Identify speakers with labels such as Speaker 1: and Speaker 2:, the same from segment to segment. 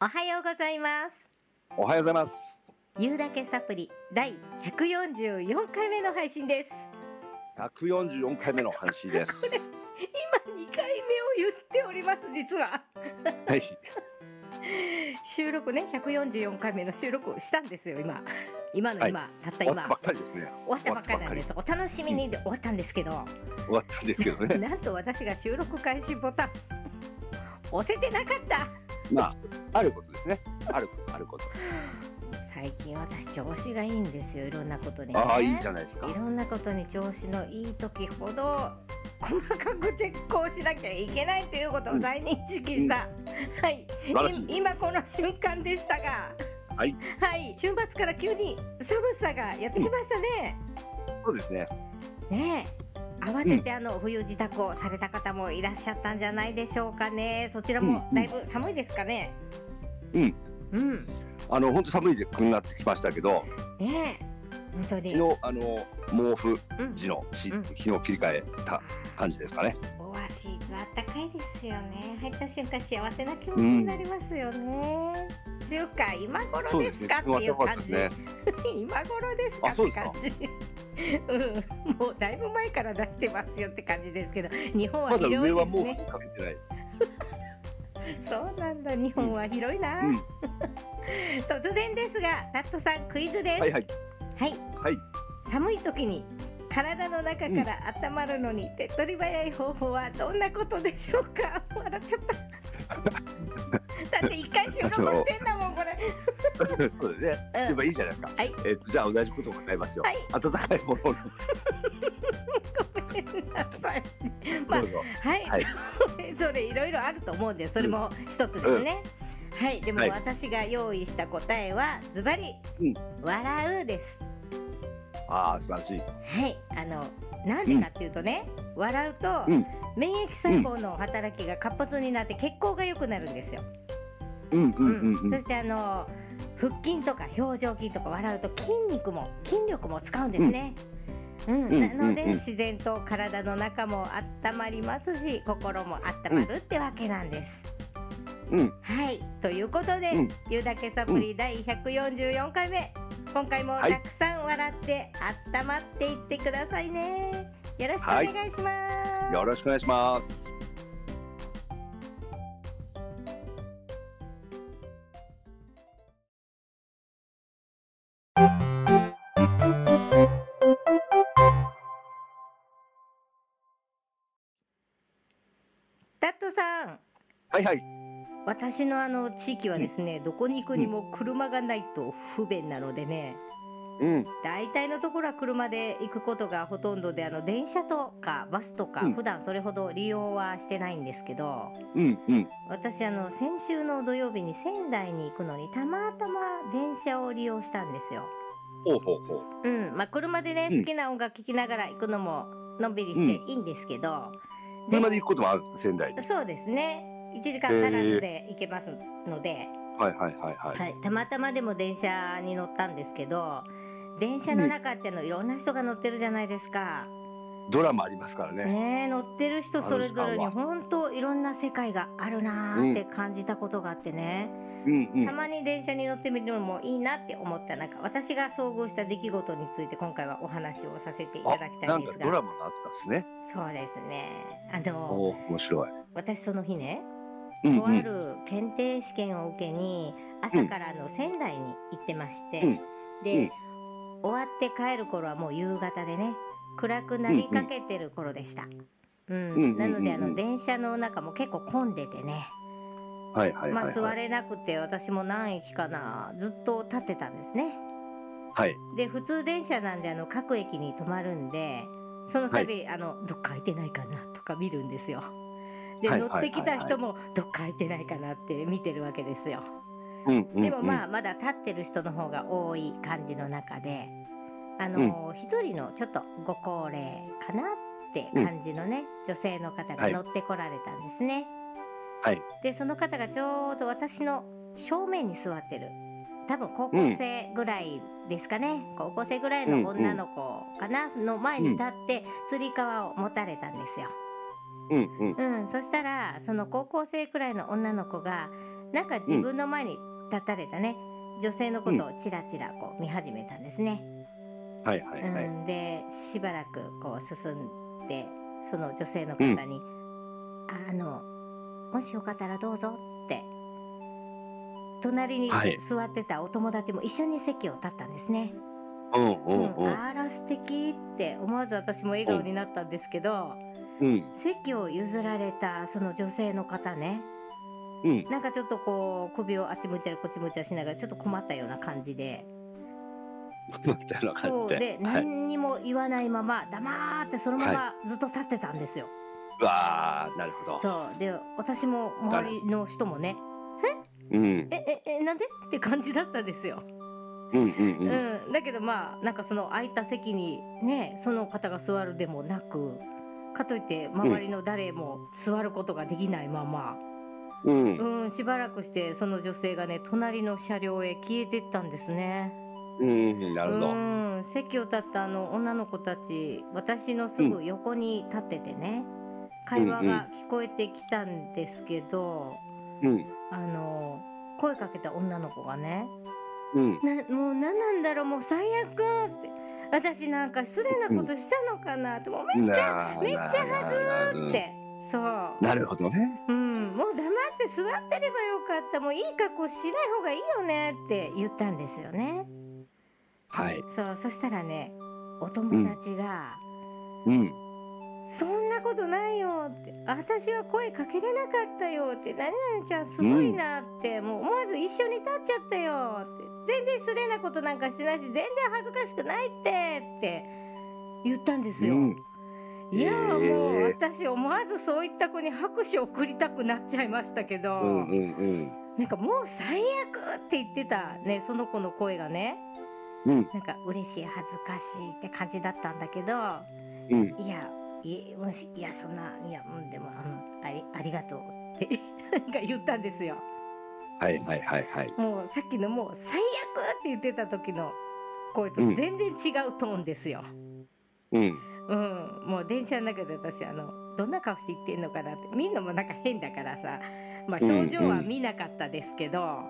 Speaker 1: おはようございます
Speaker 2: おはようございます。
Speaker 1: ゆうだけサプリ第144回目の配信です
Speaker 2: 144回目の配信です。
Speaker 1: 今2回目を言っております実 は
Speaker 2: はい。
Speaker 1: 収録ね144回目の収録をしたんですよ今今の今、たった
Speaker 2: 終わった
Speaker 1: 今
Speaker 2: ばっかりです
Speaker 1: 終
Speaker 2: ね。
Speaker 1: わったばっかりなんですお楽しみにで終わったんですけど
Speaker 2: 終わったんですけどね。
Speaker 1: なんと私が収録開始ボタン押せてなかった
Speaker 2: まあ、あることですね。あること、あること。
Speaker 1: 最近私調子がいいんですよいろんなことに、ね、
Speaker 2: ああ、いいじゃないですか
Speaker 1: い。ろんなことに調子のいい時ほど細かくチェックをしなきゃいけないということを再認識した、はい
Speaker 2: 晴らしい
Speaker 1: い今この瞬間でしたが
Speaker 2: はい、
Speaker 1: はい、週末から急に寒さがやってきましたね、
Speaker 2: そうですね。
Speaker 1: ねえ慌ててあの冬自宅をされた方もいらっしゃったんじゃないでしょうかねそちらもだいぶ寒いですかね
Speaker 2: うん
Speaker 1: うん
Speaker 2: あの、本当寒いで、くなってきましたけど、
Speaker 1: ねえ本当に、
Speaker 2: 昨日、あの、毛布、
Speaker 1: うん
Speaker 2: 地のシー
Speaker 1: うん
Speaker 2: ズン、昨日切り替えた感じですかね。
Speaker 1: オアシーズあったかいですよね入った瞬間幸せな気持ちになりますよね、中華今
Speaker 2: そ
Speaker 1: 頃
Speaker 2: う
Speaker 1: で
Speaker 2: ですす
Speaker 1: か
Speaker 2: ね。
Speaker 1: ってい
Speaker 2: 昨日
Speaker 1: う
Speaker 2: 暖かか
Speaker 1: 感
Speaker 2: っ
Speaker 1: じ、
Speaker 2: たです ね。
Speaker 1: 今頃ですか
Speaker 2: あそう
Speaker 1: って
Speaker 2: ですか
Speaker 1: 感じうん、もうだいぶ前から出してますよって感じですけど日本は
Speaker 2: まだ
Speaker 1: 広い
Speaker 2: 上は
Speaker 1: です
Speaker 2: 毛
Speaker 1: ね、
Speaker 2: 布かけてない。
Speaker 1: そうなんだ日本は広いな、
Speaker 2: うん
Speaker 1: 突然ですがナットさんクイズです
Speaker 2: はいはい。
Speaker 1: はい、
Speaker 2: はい
Speaker 1: 寒い時に体の中から温まるのに手っ取り早い方法はどんなことでしょうか 笑っちゃっ ただって一回収録してんだもんこれ、
Speaker 2: そうですね。
Speaker 1: うん
Speaker 2: やっぱいいじゃないですか。
Speaker 1: はい
Speaker 2: えっと、じゃあ、同じことを考えますよ
Speaker 1: はい。
Speaker 2: 暖かいものを。
Speaker 1: ごめんなさいま
Speaker 2: ど
Speaker 1: あ
Speaker 2: うぞ。
Speaker 1: はい、
Speaker 2: はい
Speaker 1: それぞれいろいろあると思うんでそれも一つですね、はいでも
Speaker 2: はい
Speaker 1: 私が用意した答えはズバリ
Speaker 2: うん
Speaker 1: 笑うです
Speaker 2: ああ、素晴らしい。
Speaker 1: はい、あの、なんでかっていうとね、笑うと、
Speaker 2: うん
Speaker 1: 免疫細胞の働きが活発になって血行が良くなるんですよ。
Speaker 2: うん、うん、うん、うん
Speaker 1: そ。してあの腹筋とか表情筋とか笑うと筋肉も筋力も使うんですね。うん
Speaker 2: うん
Speaker 1: なので、
Speaker 2: うんうん
Speaker 1: 自然と体の中も温まりますし心も温まるってわけなんです。
Speaker 2: うん
Speaker 1: はいということで「
Speaker 2: うん
Speaker 1: ゆうだけサプリ」第144回目、今回も
Speaker 2: はい
Speaker 1: たくさん笑って温まっていってくださいね。よろしくお願いします。
Speaker 2: よろしくお願いします。
Speaker 1: ダットさん
Speaker 2: はいはい。
Speaker 1: 私のあの地域はですね、どこに行くにも車がないと不便なのでね、
Speaker 2: うん。
Speaker 1: 大体のところは車で行くことがほとんどであの電車とかバスとか、
Speaker 2: うん
Speaker 1: 普段それほど利用はしてないんですけど
Speaker 2: うんうん。
Speaker 1: 私あの先週の土曜日に仙台に行くのにたまたま電車を利用したんですよ。
Speaker 2: ほうほうほう。
Speaker 1: うんまあ、車でね、
Speaker 2: うん
Speaker 1: 好きな音楽聴きながら行くのものんびりしていいんですけど、で
Speaker 2: 車で行くこともあるんですか仙台に。
Speaker 1: そうですね1時間足らずで行けますので。
Speaker 2: はいはいはいはい。
Speaker 1: はい、たまたまでも電車に乗ったんですけど電車の中ってのいろんな人が乗ってるじゃないですか、
Speaker 2: ドラマありますからね。
Speaker 1: ねえ、乗ってる人それぞれに
Speaker 2: あの時
Speaker 1: 本当いろんな世界があるなーって感じたことがあってね、
Speaker 2: うんうん
Speaker 1: た。まに電車に乗ってみるのもいいなって思ったなんか私が遭遇した出来事について今回はお話をさせていただきた
Speaker 2: ないん
Speaker 1: んで
Speaker 2: か
Speaker 1: す
Speaker 2: ドラ
Speaker 1: が
Speaker 2: マがあったんですね。
Speaker 1: そうですねあの
Speaker 2: おお面白い。
Speaker 1: 私その日ね
Speaker 2: うん
Speaker 1: と
Speaker 2: う
Speaker 1: あ
Speaker 2: ん。
Speaker 1: る検定試験を受けに朝からあの仙台に行ってまして、
Speaker 2: うん
Speaker 1: で、終わって帰る頃はもう夕方でね暗くなりかけてる頃でした。うん
Speaker 2: うんうん
Speaker 1: なのであ
Speaker 2: うんう
Speaker 1: の
Speaker 2: ん
Speaker 1: 電車の中も結構混んでてね、
Speaker 2: はいはい
Speaker 1: ま
Speaker 2: は
Speaker 1: あ、
Speaker 2: い
Speaker 1: 座
Speaker 2: はい。
Speaker 1: れなくて私も何駅かなずっと立ってたんですね。
Speaker 2: はい。
Speaker 1: で普通電車なんであの各駅に止まるんでその度、あのどっか空いてないかなとか見るんですよ。で、
Speaker 2: はい
Speaker 1: 乗ってき
Speaker 2: はい
Speaker 1: た
Speaker 2: はい
Speaker 1: 人もどっか空いてないかなって見てるわけですよ。
Speaker 2: うんうんうん。
Speaker 1: でもまあまだ立ってる人の方が多い感じの中であの一、人のちょっとご高齢かなって感じのね、女性の方が
Speaker 2: はい
Speaker 1: 乗ってこられたんですね。
Speaker 2: はい
Speaker 1: でその方がちょうど私の正面に座ってる多分高校生ぐらいですかね、高校生ぐらいの女の子かな、の前に立ってつり革を持たれたんですよ。
Speaker 2: うんうん。
Speaker 1: うん、そしたらその高校生くらいの女の子がなんか自分の前に立たれたね、女性のことをちらちらこう見始めたんですね。
Speaker 2: はいはいはい。
Speaker 1: うん、でしばらくこう進んでその女性の方に「あのもしよかったらどうぞ」って隣に
Speaker 2: はい
Speaker 1: 座ってたお友達も一緒に席を立ったんですね。
Speaker 2: うんうん
Speaker 1: う
Speaker 2: うんん。
Speaker 1: あら素敵って思わず私も笑顔になったんですけど
Speaker 2: うん
Speaker 1: 席を譲られたその女性の方ね
Speaker 2: うん。
Speaker 1: なんかちょっとこう首をあっち向いたりこっち向いたりしながらちょっと困ったような感じで
Speaker 2: みたいな感
Speaker 1: そう
Speaker 2: じで
Speaker 1: で。
Speaker 2: はい。
Speaker 1: 何にも言わないまま黙ってそのままずっと立ってたんですよ。
Speaker 2: うわあ、なるほど。
Speaker 1: そうで私も周りの人もね
Speaker 2: うん
Speaker 1: えええなんでって感じだったんですよ。
Speaker 2: う
Speaker 1: う
Speaker 2: んうんうん。
Speaker 1: ん、だけどまあなんかその空いた席にねその方が座るでもなくかといって周りの誰も座ることができないまま、
Speaker 2: うん
Speaker 1: うんしばらくしてその女性がね隣の車両へ消えてったんですね。
Speaker 2: うん。なるほど。
Speaker 1: うん席を立ったあの女の子たち私のすぐ横に立っててね、会話が聞こえてきたんですけど、
Speaker 2: うん
Speaker 1: あの声かけた女の子がね
Speaker 2: うん
Speaker 1: なもう何なんだろうもう最悪って私なんか失礼なことしたのかなって、もうめっちゃ
Speaker 2: なあ
Speaker 1: めっちゃは
Speaker 2: なあ
Speaker 1: ずーって、そう、
Speaker 2: なるほどね。
Speaker 1: うん、もう黙って座ってればよかったもういい格好しない方がいいよねって言ったんですよね
Speaker 2: はい。
Speaker 1: そうそしたらねお友達が、
Speaker 2: うん。
Speaker 1: そんなことないよって私は声かけれなかったよって何々ちゃんすごいなって、もう思わず一緒に立っちゃったよって全然失礼なことなんかしてないし全然恥ずかしくないってって言ったんですよ、
Speaker 2: うん
Speaker 1: いやー
Speaker 2: へー
Speaker 1: もう私思わずそういった子に拍手を送りたくなっちゃいましたけど、
Speaker 2: うんうんうん。
Speaker 1: なんかもう最悪って言ってたねその子の声がね
Speaker 2: うん
Speaker 1: なんか嬉しい恥ずかしいって感じだったんだけど
Speaker 2: うん。
Speaker 1: いや、いもし、いや、そんな、いや、うん、でも、うん、あり、ありがとうって、 なんか言ったんですよ。
Speaker 2: はいはいはいはい。
Speaker 1: もう、さっきのもう、最悪って言ってた時の声と
Speaker 2: うん
Speaker 1: 全然違うトーンですよ。
Speaker 2: うん。
Speaker 1: うん、もう電車の中で私、あの、どんな顔して言ってんのかなって、みんなもなんか変だからさ、まあ、
Speaker 2: うん
Speaker 1: 表情は
Speaker 2: うん
Speaker 1: 見なかったですけど、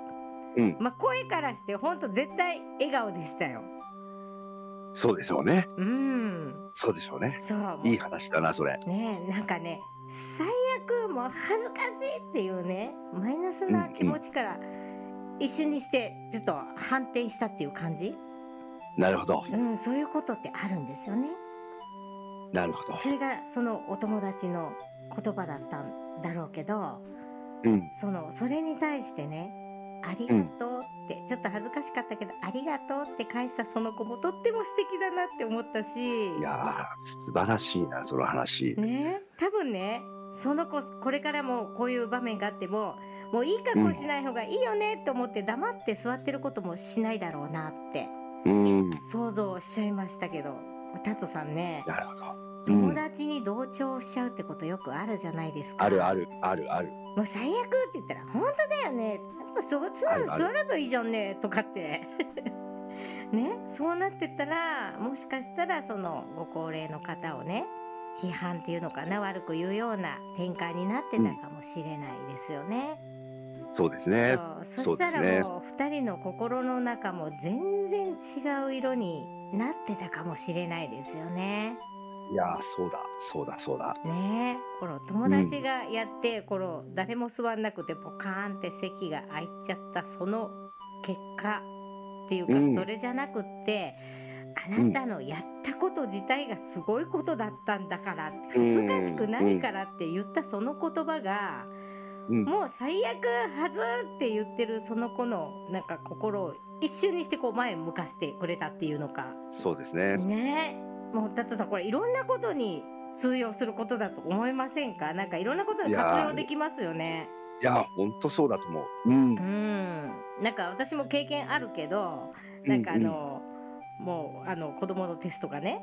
Speaker 2: うん
Speaker 1: まあ、声からして、本当絶対笑顔でしたよ。
Speaker 2: そうでしょうね。
Speaker 1: うん、
Speaker 2: そうでしょうね。
Speaker 1: そう。もう
Speaker 2: いい話だな、それ。
Speaker 1: ねえなんかね最悪もう恥ずかしいっていうねマイナスな気持ちから一瞬にしてちょっと反転したっていう感じ、
Speaker 2: なるほど。
Speaker 1: うん、そういうことってあるんですよね。
Speaker 2: なるほど。
Speaker 1: それがそのお友達の言葉だったんだろうけど
Speaker 2: うん。
Speaker 1: そのそれに対してね「ありがとう」って、ちょっと恥ずかしかったけど「ありがとう」って返したその子もとっても素敵だなって思ったし
Speaker 2: いやー、素晴らしいな、その話。
Speaker 1: ね多分ねその子これからもこういう場面があってももういい格好しない方がいいよねと思って黙って座ってることもしないだろうなって
Speaker 2: うん。な
Speaker 1: 想像しちゃいましたけどタトさんね
Speaker 2: るほど。うん
Speaker 1: 友達に同調しちゃうってことよくあるじゃないですか。
Speaker 2: あるあるあるある。
Speaker 1: もう最悪って言ったら「本当だよねなんかそ座
Speaker 2: あるある
Speaker 1: 座ればいいじゃんね」とかって ねそうなってたらもしかしたらそのご高齢の方をね批判っていうのかな悪く言うような展開になってたかもしれないですよね。
Speaker 2: そうですね。
Speaker 1: そう
Speaker 2: そ
Speaker 1: そうし
Speaker 2: で
Speaker 1: た
Speaker 2: すね
Speaker 1: らもう2人の心の中も全然違う色になってたかもしれないですよね。
Speaker 2: いやー、そうだ、そうだ、そうだ。
Speaker 1: ねえこの友達がやって、この誰も座んなくてポカーンって席が空いちゃったその結果っていうか、
Speaker 2: うん
Speaker 1: それじゃなくってあなたのやったこと自体がすごいことだったんだから、
Speaker 2: うん
Speaker 1: 恥ずかしくないからって言ったその言葉が、
Speaker 2: うん。
Speaker 1: もう最悪はずって言ってるその子のなんか心を一瞬にしてこう前向かしてくれたっていうのか。
Speaker 2: そうですね。
Speaker 1: ねえもう達人さんこれいろんなことに通用することだと思いませんかなんかいろんなことに活用できますよね
Speaker 2: いやー、本当そうだと思う。うん
Speaker 1: う。んなんか私も経験あるけどなんかあの、もうあの子供のテストがね、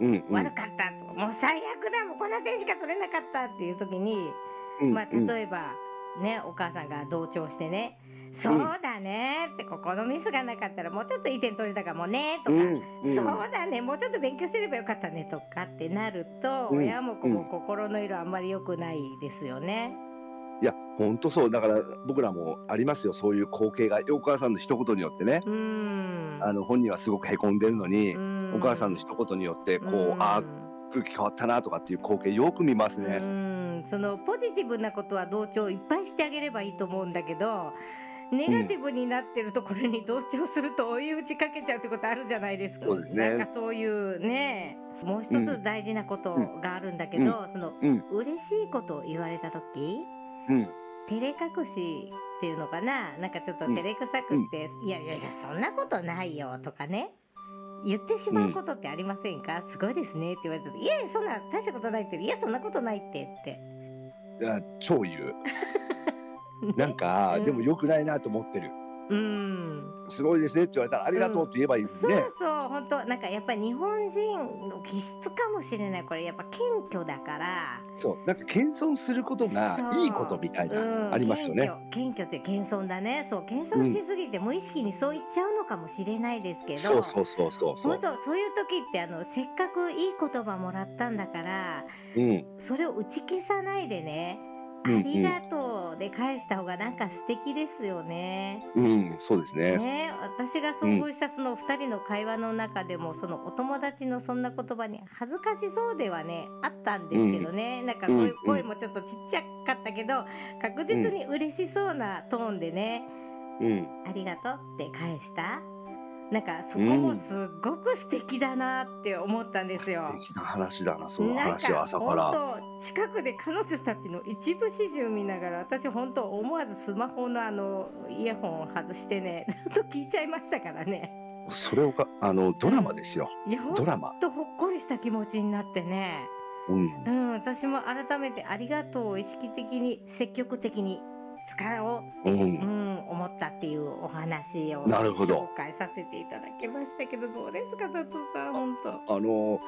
Speaker 2: うんうん。
Speaker 1: 悪かったとかもう最悪だもうこんな点しか取れなかったっていう時に、
Speaker 2: うん
Speaker 1: まあ、
Speaker 2: うん
Speaker 1: 例えば、ねお母さんが同調してね「そうだね」ってここのミスがなかったらもうちょっといい点取れたかもねとか、
Speaker 2: うん
Speaker 1: そうだねもうちょっと勉強すればよかったねとかってなると、
Speaker 2: うん
Speaker 1: 親も子
Speaker 2: う
Speaker 1: も
Speaker 2: ん
Speaker 1: 心の色あんまり良くないですよね。
Speaker 2: いや本当そうだから僕らもありますよそういう光景がお母さんの一言によってね、
Speaker 1: うん
Speaker 2: あの本人はすごくへこんでるのに、
Speaker 1: うん
Speaker 2: お母さんの一言によってこう、ああ
Speaker 1: う
Speaker 2: 空気変わったなとかっていう光景よく見ます
Speaker 1: ん
Speaker 2: ね。
Speaker 1: うんそのポジティブなことは同調いっぱいしてあげればいいと思うんだけどネガティブになってるところに同調すると追い打ちかけちゃうってことあるじゃないですか。
Speaker 2: そうですね
Speaker 1: なんかそういうねもう一つ大事なことがあるんだけど、その、
Speaker 2: うん
Speaker 1: 嬉しいことを言われた時
Speaker 2: うん
Speaker 1: 照れ隠しっていうのかななんかちょっと
Speaker 2: うん
Speaker 1: 照れくさくって、いやいやいやそんなことないよとかね言ってしまうことってありませんか、すごいですねって言われた時いやいやそんな大したことないっていやそんなことないってって、
Speaker 2: いや超言うなんか、
Speaker 1: うん
Speaker 2: でも良くないなと思ってる
Speaker 1: うん
Speaker 2: すごいですねって言われたらありがとうって言えばいいです
Speaker 1: そう
Speaker 2: ね、
Speaker 1: そう本当なんかやっぱり日本人の気質かもしれないこれやっぱ謙虚だから
Speaker 2: そうなんか謙遜することが
Speaker 1: そう
Speaker 2: いいことみたい
Speaker 1: うん
Speaker 2: なありますよね、
Speaker 1: 謙虚謙虚って謙遜だねそう謙遜しすぎて無意識にそう言っちゃうのかもしれないですけど、
Speaker 2: そうそうそうそうそ
Speaker 1: 本
Speaker 2: う
Speaker 1: 当そういう時ってあのせっかくいい言葉もらったんだから
Speaker 2: うん
Speaker 1: それを打ち消さないでね「
Speaker 2: うんうん
Speaker 1: ありがとう」で返した方がなんか素敵ですよね。
Speaker 2: うんそうですね
Speaker 1: ね私が遭遇したその2人の会話の中でもそのお友達のそんな言葉に恥ずかしそうではねあったんですけどねなんか
Speaker 2: うん
Speaker 1: 声
Speaker 2: うん
Speaker 1: 声もちょっとちっちゃかったけど確実に嬉しそうなトーンでね
Speaker 2: うん
Speaker 1: ありがとうって返したなんかそこもすっごく素敵だなって思ったんですよ。
Speaker 2: 素敵な話だなその
Speaker 1: なん
Speaker 2: 話は朝から
Speaker 1: 本当近くで彼女たちの一部始終見ながら私本当思わずスマホのあのイヤホンを外してね ずっと聞いちゃいましたからね
Speaker 2: それをかあのドラマですよ
Speaker 1: いやほん
Speaker 2: ドラマ
Speaker 1: とほっこりした気持ちになってね
Speaker 2: うん
Speaker 1: うん私も改めて「ありがとう」を意識的に積極的に使おうって、
Speaker 2: うん
Speaker 1: うん思ったっていうお話を
Speaker 2: なるほど
Speaker 1: 紹介させていただきましたけどどうですか佐藤さん本当
Speaker 2: あの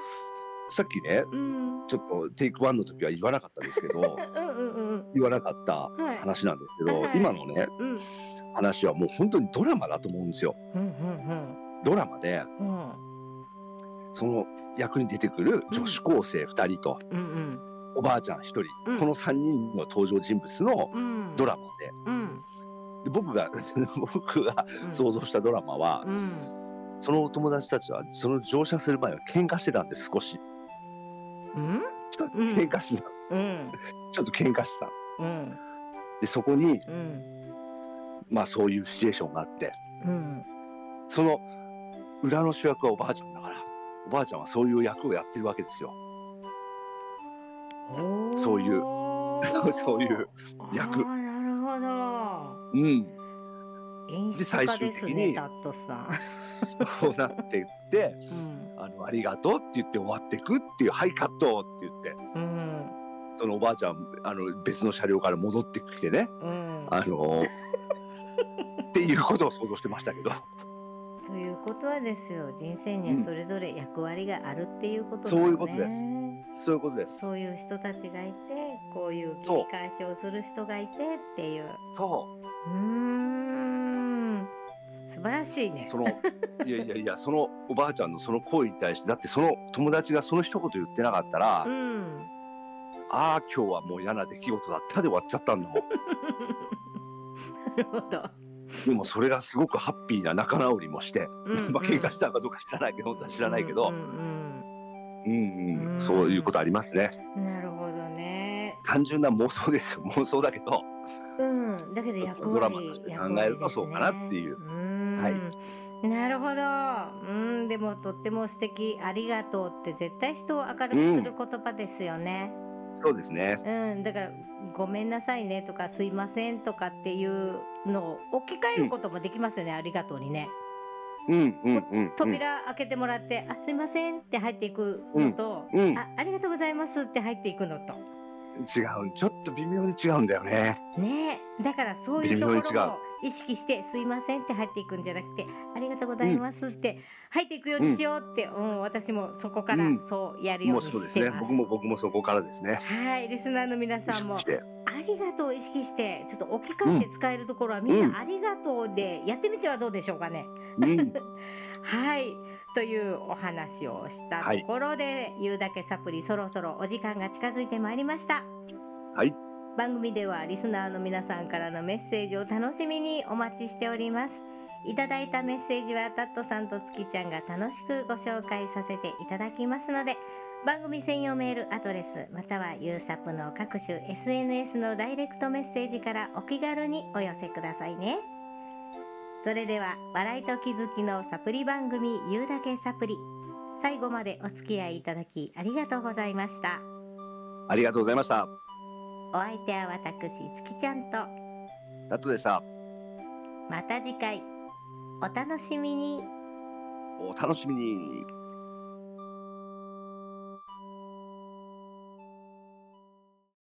Speaker 2: さっきね
Speaker 1: うん
Speaker 2: ちょっとテイクワンの時は言わなかったです けど
Speaker 1: うんうんうん
Speaker 2: 言わなかった
Speaker 1: うんはい
Speaker 2: 話なんですけど、
Speaker 1: はい
Speaker 2: 今のね
Speaker 1: うん
Speaker 2: 話はもう本当にドラマだと思うんですよ
Speaker 1: うんうん
Speaker 2: ドラマで
Speaker 1: うんうん
Speaker 2: その役に出てくる女子高生2人と、
Speaker 1: うん
Speaker 2: おばあちゃん1人、
Speaker 1: うん
Speaker 2: この3人の登場人物の
Speaker 1: うんうん
Speaker 2: ドラマで
Speaker 1: うん
Speaker 2: で僕が 僕が
Speaker 1: うん
Speaker 2: 想像したドラマは、
Speaker 1: うん
Speaker 2: そのお友達たちはその乗車する前は喧嘩してたんです少し
Speaker 1: うん
Speaker 2: ちょっと
Speaker 1: うん
Speaker 2: 喧嘩してた、
Speaker 1: うん
Speaker 2: ちょっと喧嘩してた
Speaker 1: うん
Speaker 2: でそこに
Speaker 1: うん
Speaker 2: まあそういうシチュエーションがあって
Speaker 1: うん
Speaker 2: その裏の主役はおばあちゃんだからおばあちゃんはそういう役をやってるわけですよ
Speaker 1: おー
Speaker 2: そういう そういう役
Speaker 1: あーなるほ
Speaker 2: うん
Speaker 1: ど演出家ですね
Speaker 2: で最終的に
Speaker 1: タットさん
Speaker 2: そうなってって
Speaker 1: うん
Speaker 2: 「あのありがとう」って言って終わってくっていう「はいカット」って言って
Speaker 1: うん
Speaker 2: そのおばあちゃんあの別の車両から戻ってきてね
Speaker 1: うん
Speaker 2: あ のっていうことを想像してましたけど
Speaker 1: ということはですよ人生にはそれぞれ役割があるっていうことだ
Speaker 2: そう
Speaker 1: よね
Speaker 2: いうことですそういうことです
Speaker 1: そういう人たちがいてこういう切り返しをする人がいてっていう
Speaker 2: そう
Speaker 1: うーん素晴らしいね
Speaker 2: そのいやいやいやそのおばあちゃんのその行為に対してだってその友達がその一言言ってなかったら「
Speaker 1: うん
Speaker 2: ああ今日はもう嫌な出来事だった」で終わっちゃったんだもん
Speaker 1: なるほど。
Speaker 2: でもそれがすごくハッピーな仲直りもして、 まあ喧嘩
Speaker 1: し
Speaker 2: したのかどうか知らないけど知
Speaker 1: た
Speaker 2: らないけど、
Speaker 1: うんうん
Speaker 2: うんうん
Speaker 1: うん
Speaker 2: そういうことありますね
Speaker 1: うんなるほどね。
Speaker 2: 単純な妄想ですよ 妄想だけど
Speaker 1: うん。だけど役割
Speaker 2: ドラマとして考えるとそうかなっていう
Speaker 1: 役割ですねうん
Speaker 2: は
Speaker 1: なるほど。うん。でもとっても素敵ありがとうって絶対人を明るくする言葉ですよね。
Speaker 2: そうですね
Speaker 1: うん。だからごめんなさいねとかすいませんとかっていうのを置き換えることもできますよね。ありがとうにね。
Speaker 2: うんうんうん、うん、
Speaker 1: 扉開けてもらって、あすいませんって入っていくのと、
Speaker 2: うんうん
Speaker 1: あありがとうございますって入っていくのと。
Speaker 2: 違うちょっと微妙に違うんだよね
Speaker 1: ねえだからそういうと
Speaker 2: 微妙に
Speaker 1: こ
Speaker 2: 違
Speaker 1: ろ
Speaker 2: う
Speaker 1: も意識して「すいません」って入っていくんじゃなくて「ありがとうございます」って入っていくようにしようって、うん私もそこから
Speaker 2: うん
Speaker 1: そうやるよ
Speaker 2: も
Speaker 1: う
Speaker 2: う
Speaker 1: に
Speaker 2: そうで
Speaker 1: し
Speaker 2: す
Speaker 1: て
Speaker 2: ね
Speaker 1: ます。
Speaker 2: 僕も僕もそこからですね
Speaker 1: はいリスナーの皆
Speaker 2: 意
Speaker 1: さんも
Speaker 2: 識して
Speaker 1: 「ありがとう」を意識してちょっと置き換えて使えるところはみん
Speaker 2: うん
Speaker 1: な「ありがとう」でやってみてはどうでしょうかね。
Speaker 2: うん
Speaker 1: はいというお話をしたところで、言うだけサプリそろそろお時間が近づいてまいりました。
Speaker 2: はい
Speaker 1: 番組ではリスナーの皆さんからのメッセージを楽しみにお待ちしておりますいただいたメッセージはタットさんと月ちゃんが楽しくご紹介させていただきますので番組専用メールアドレスまたはユーサップの各種 SNS のダイレクトメッセージからお気軽にお寄せくださいねそれでは笑いと気づきのサプリ番組「言うだけサプリ」最後までお付き合いいただきありがとうございました
Speaker 2: ありがとうございました
Speaker 1: お相手は私月ちゃんと
Speaker 2: タットでした
Speaker 1: また次回お楽しみに
Speaker 2: お楽しみに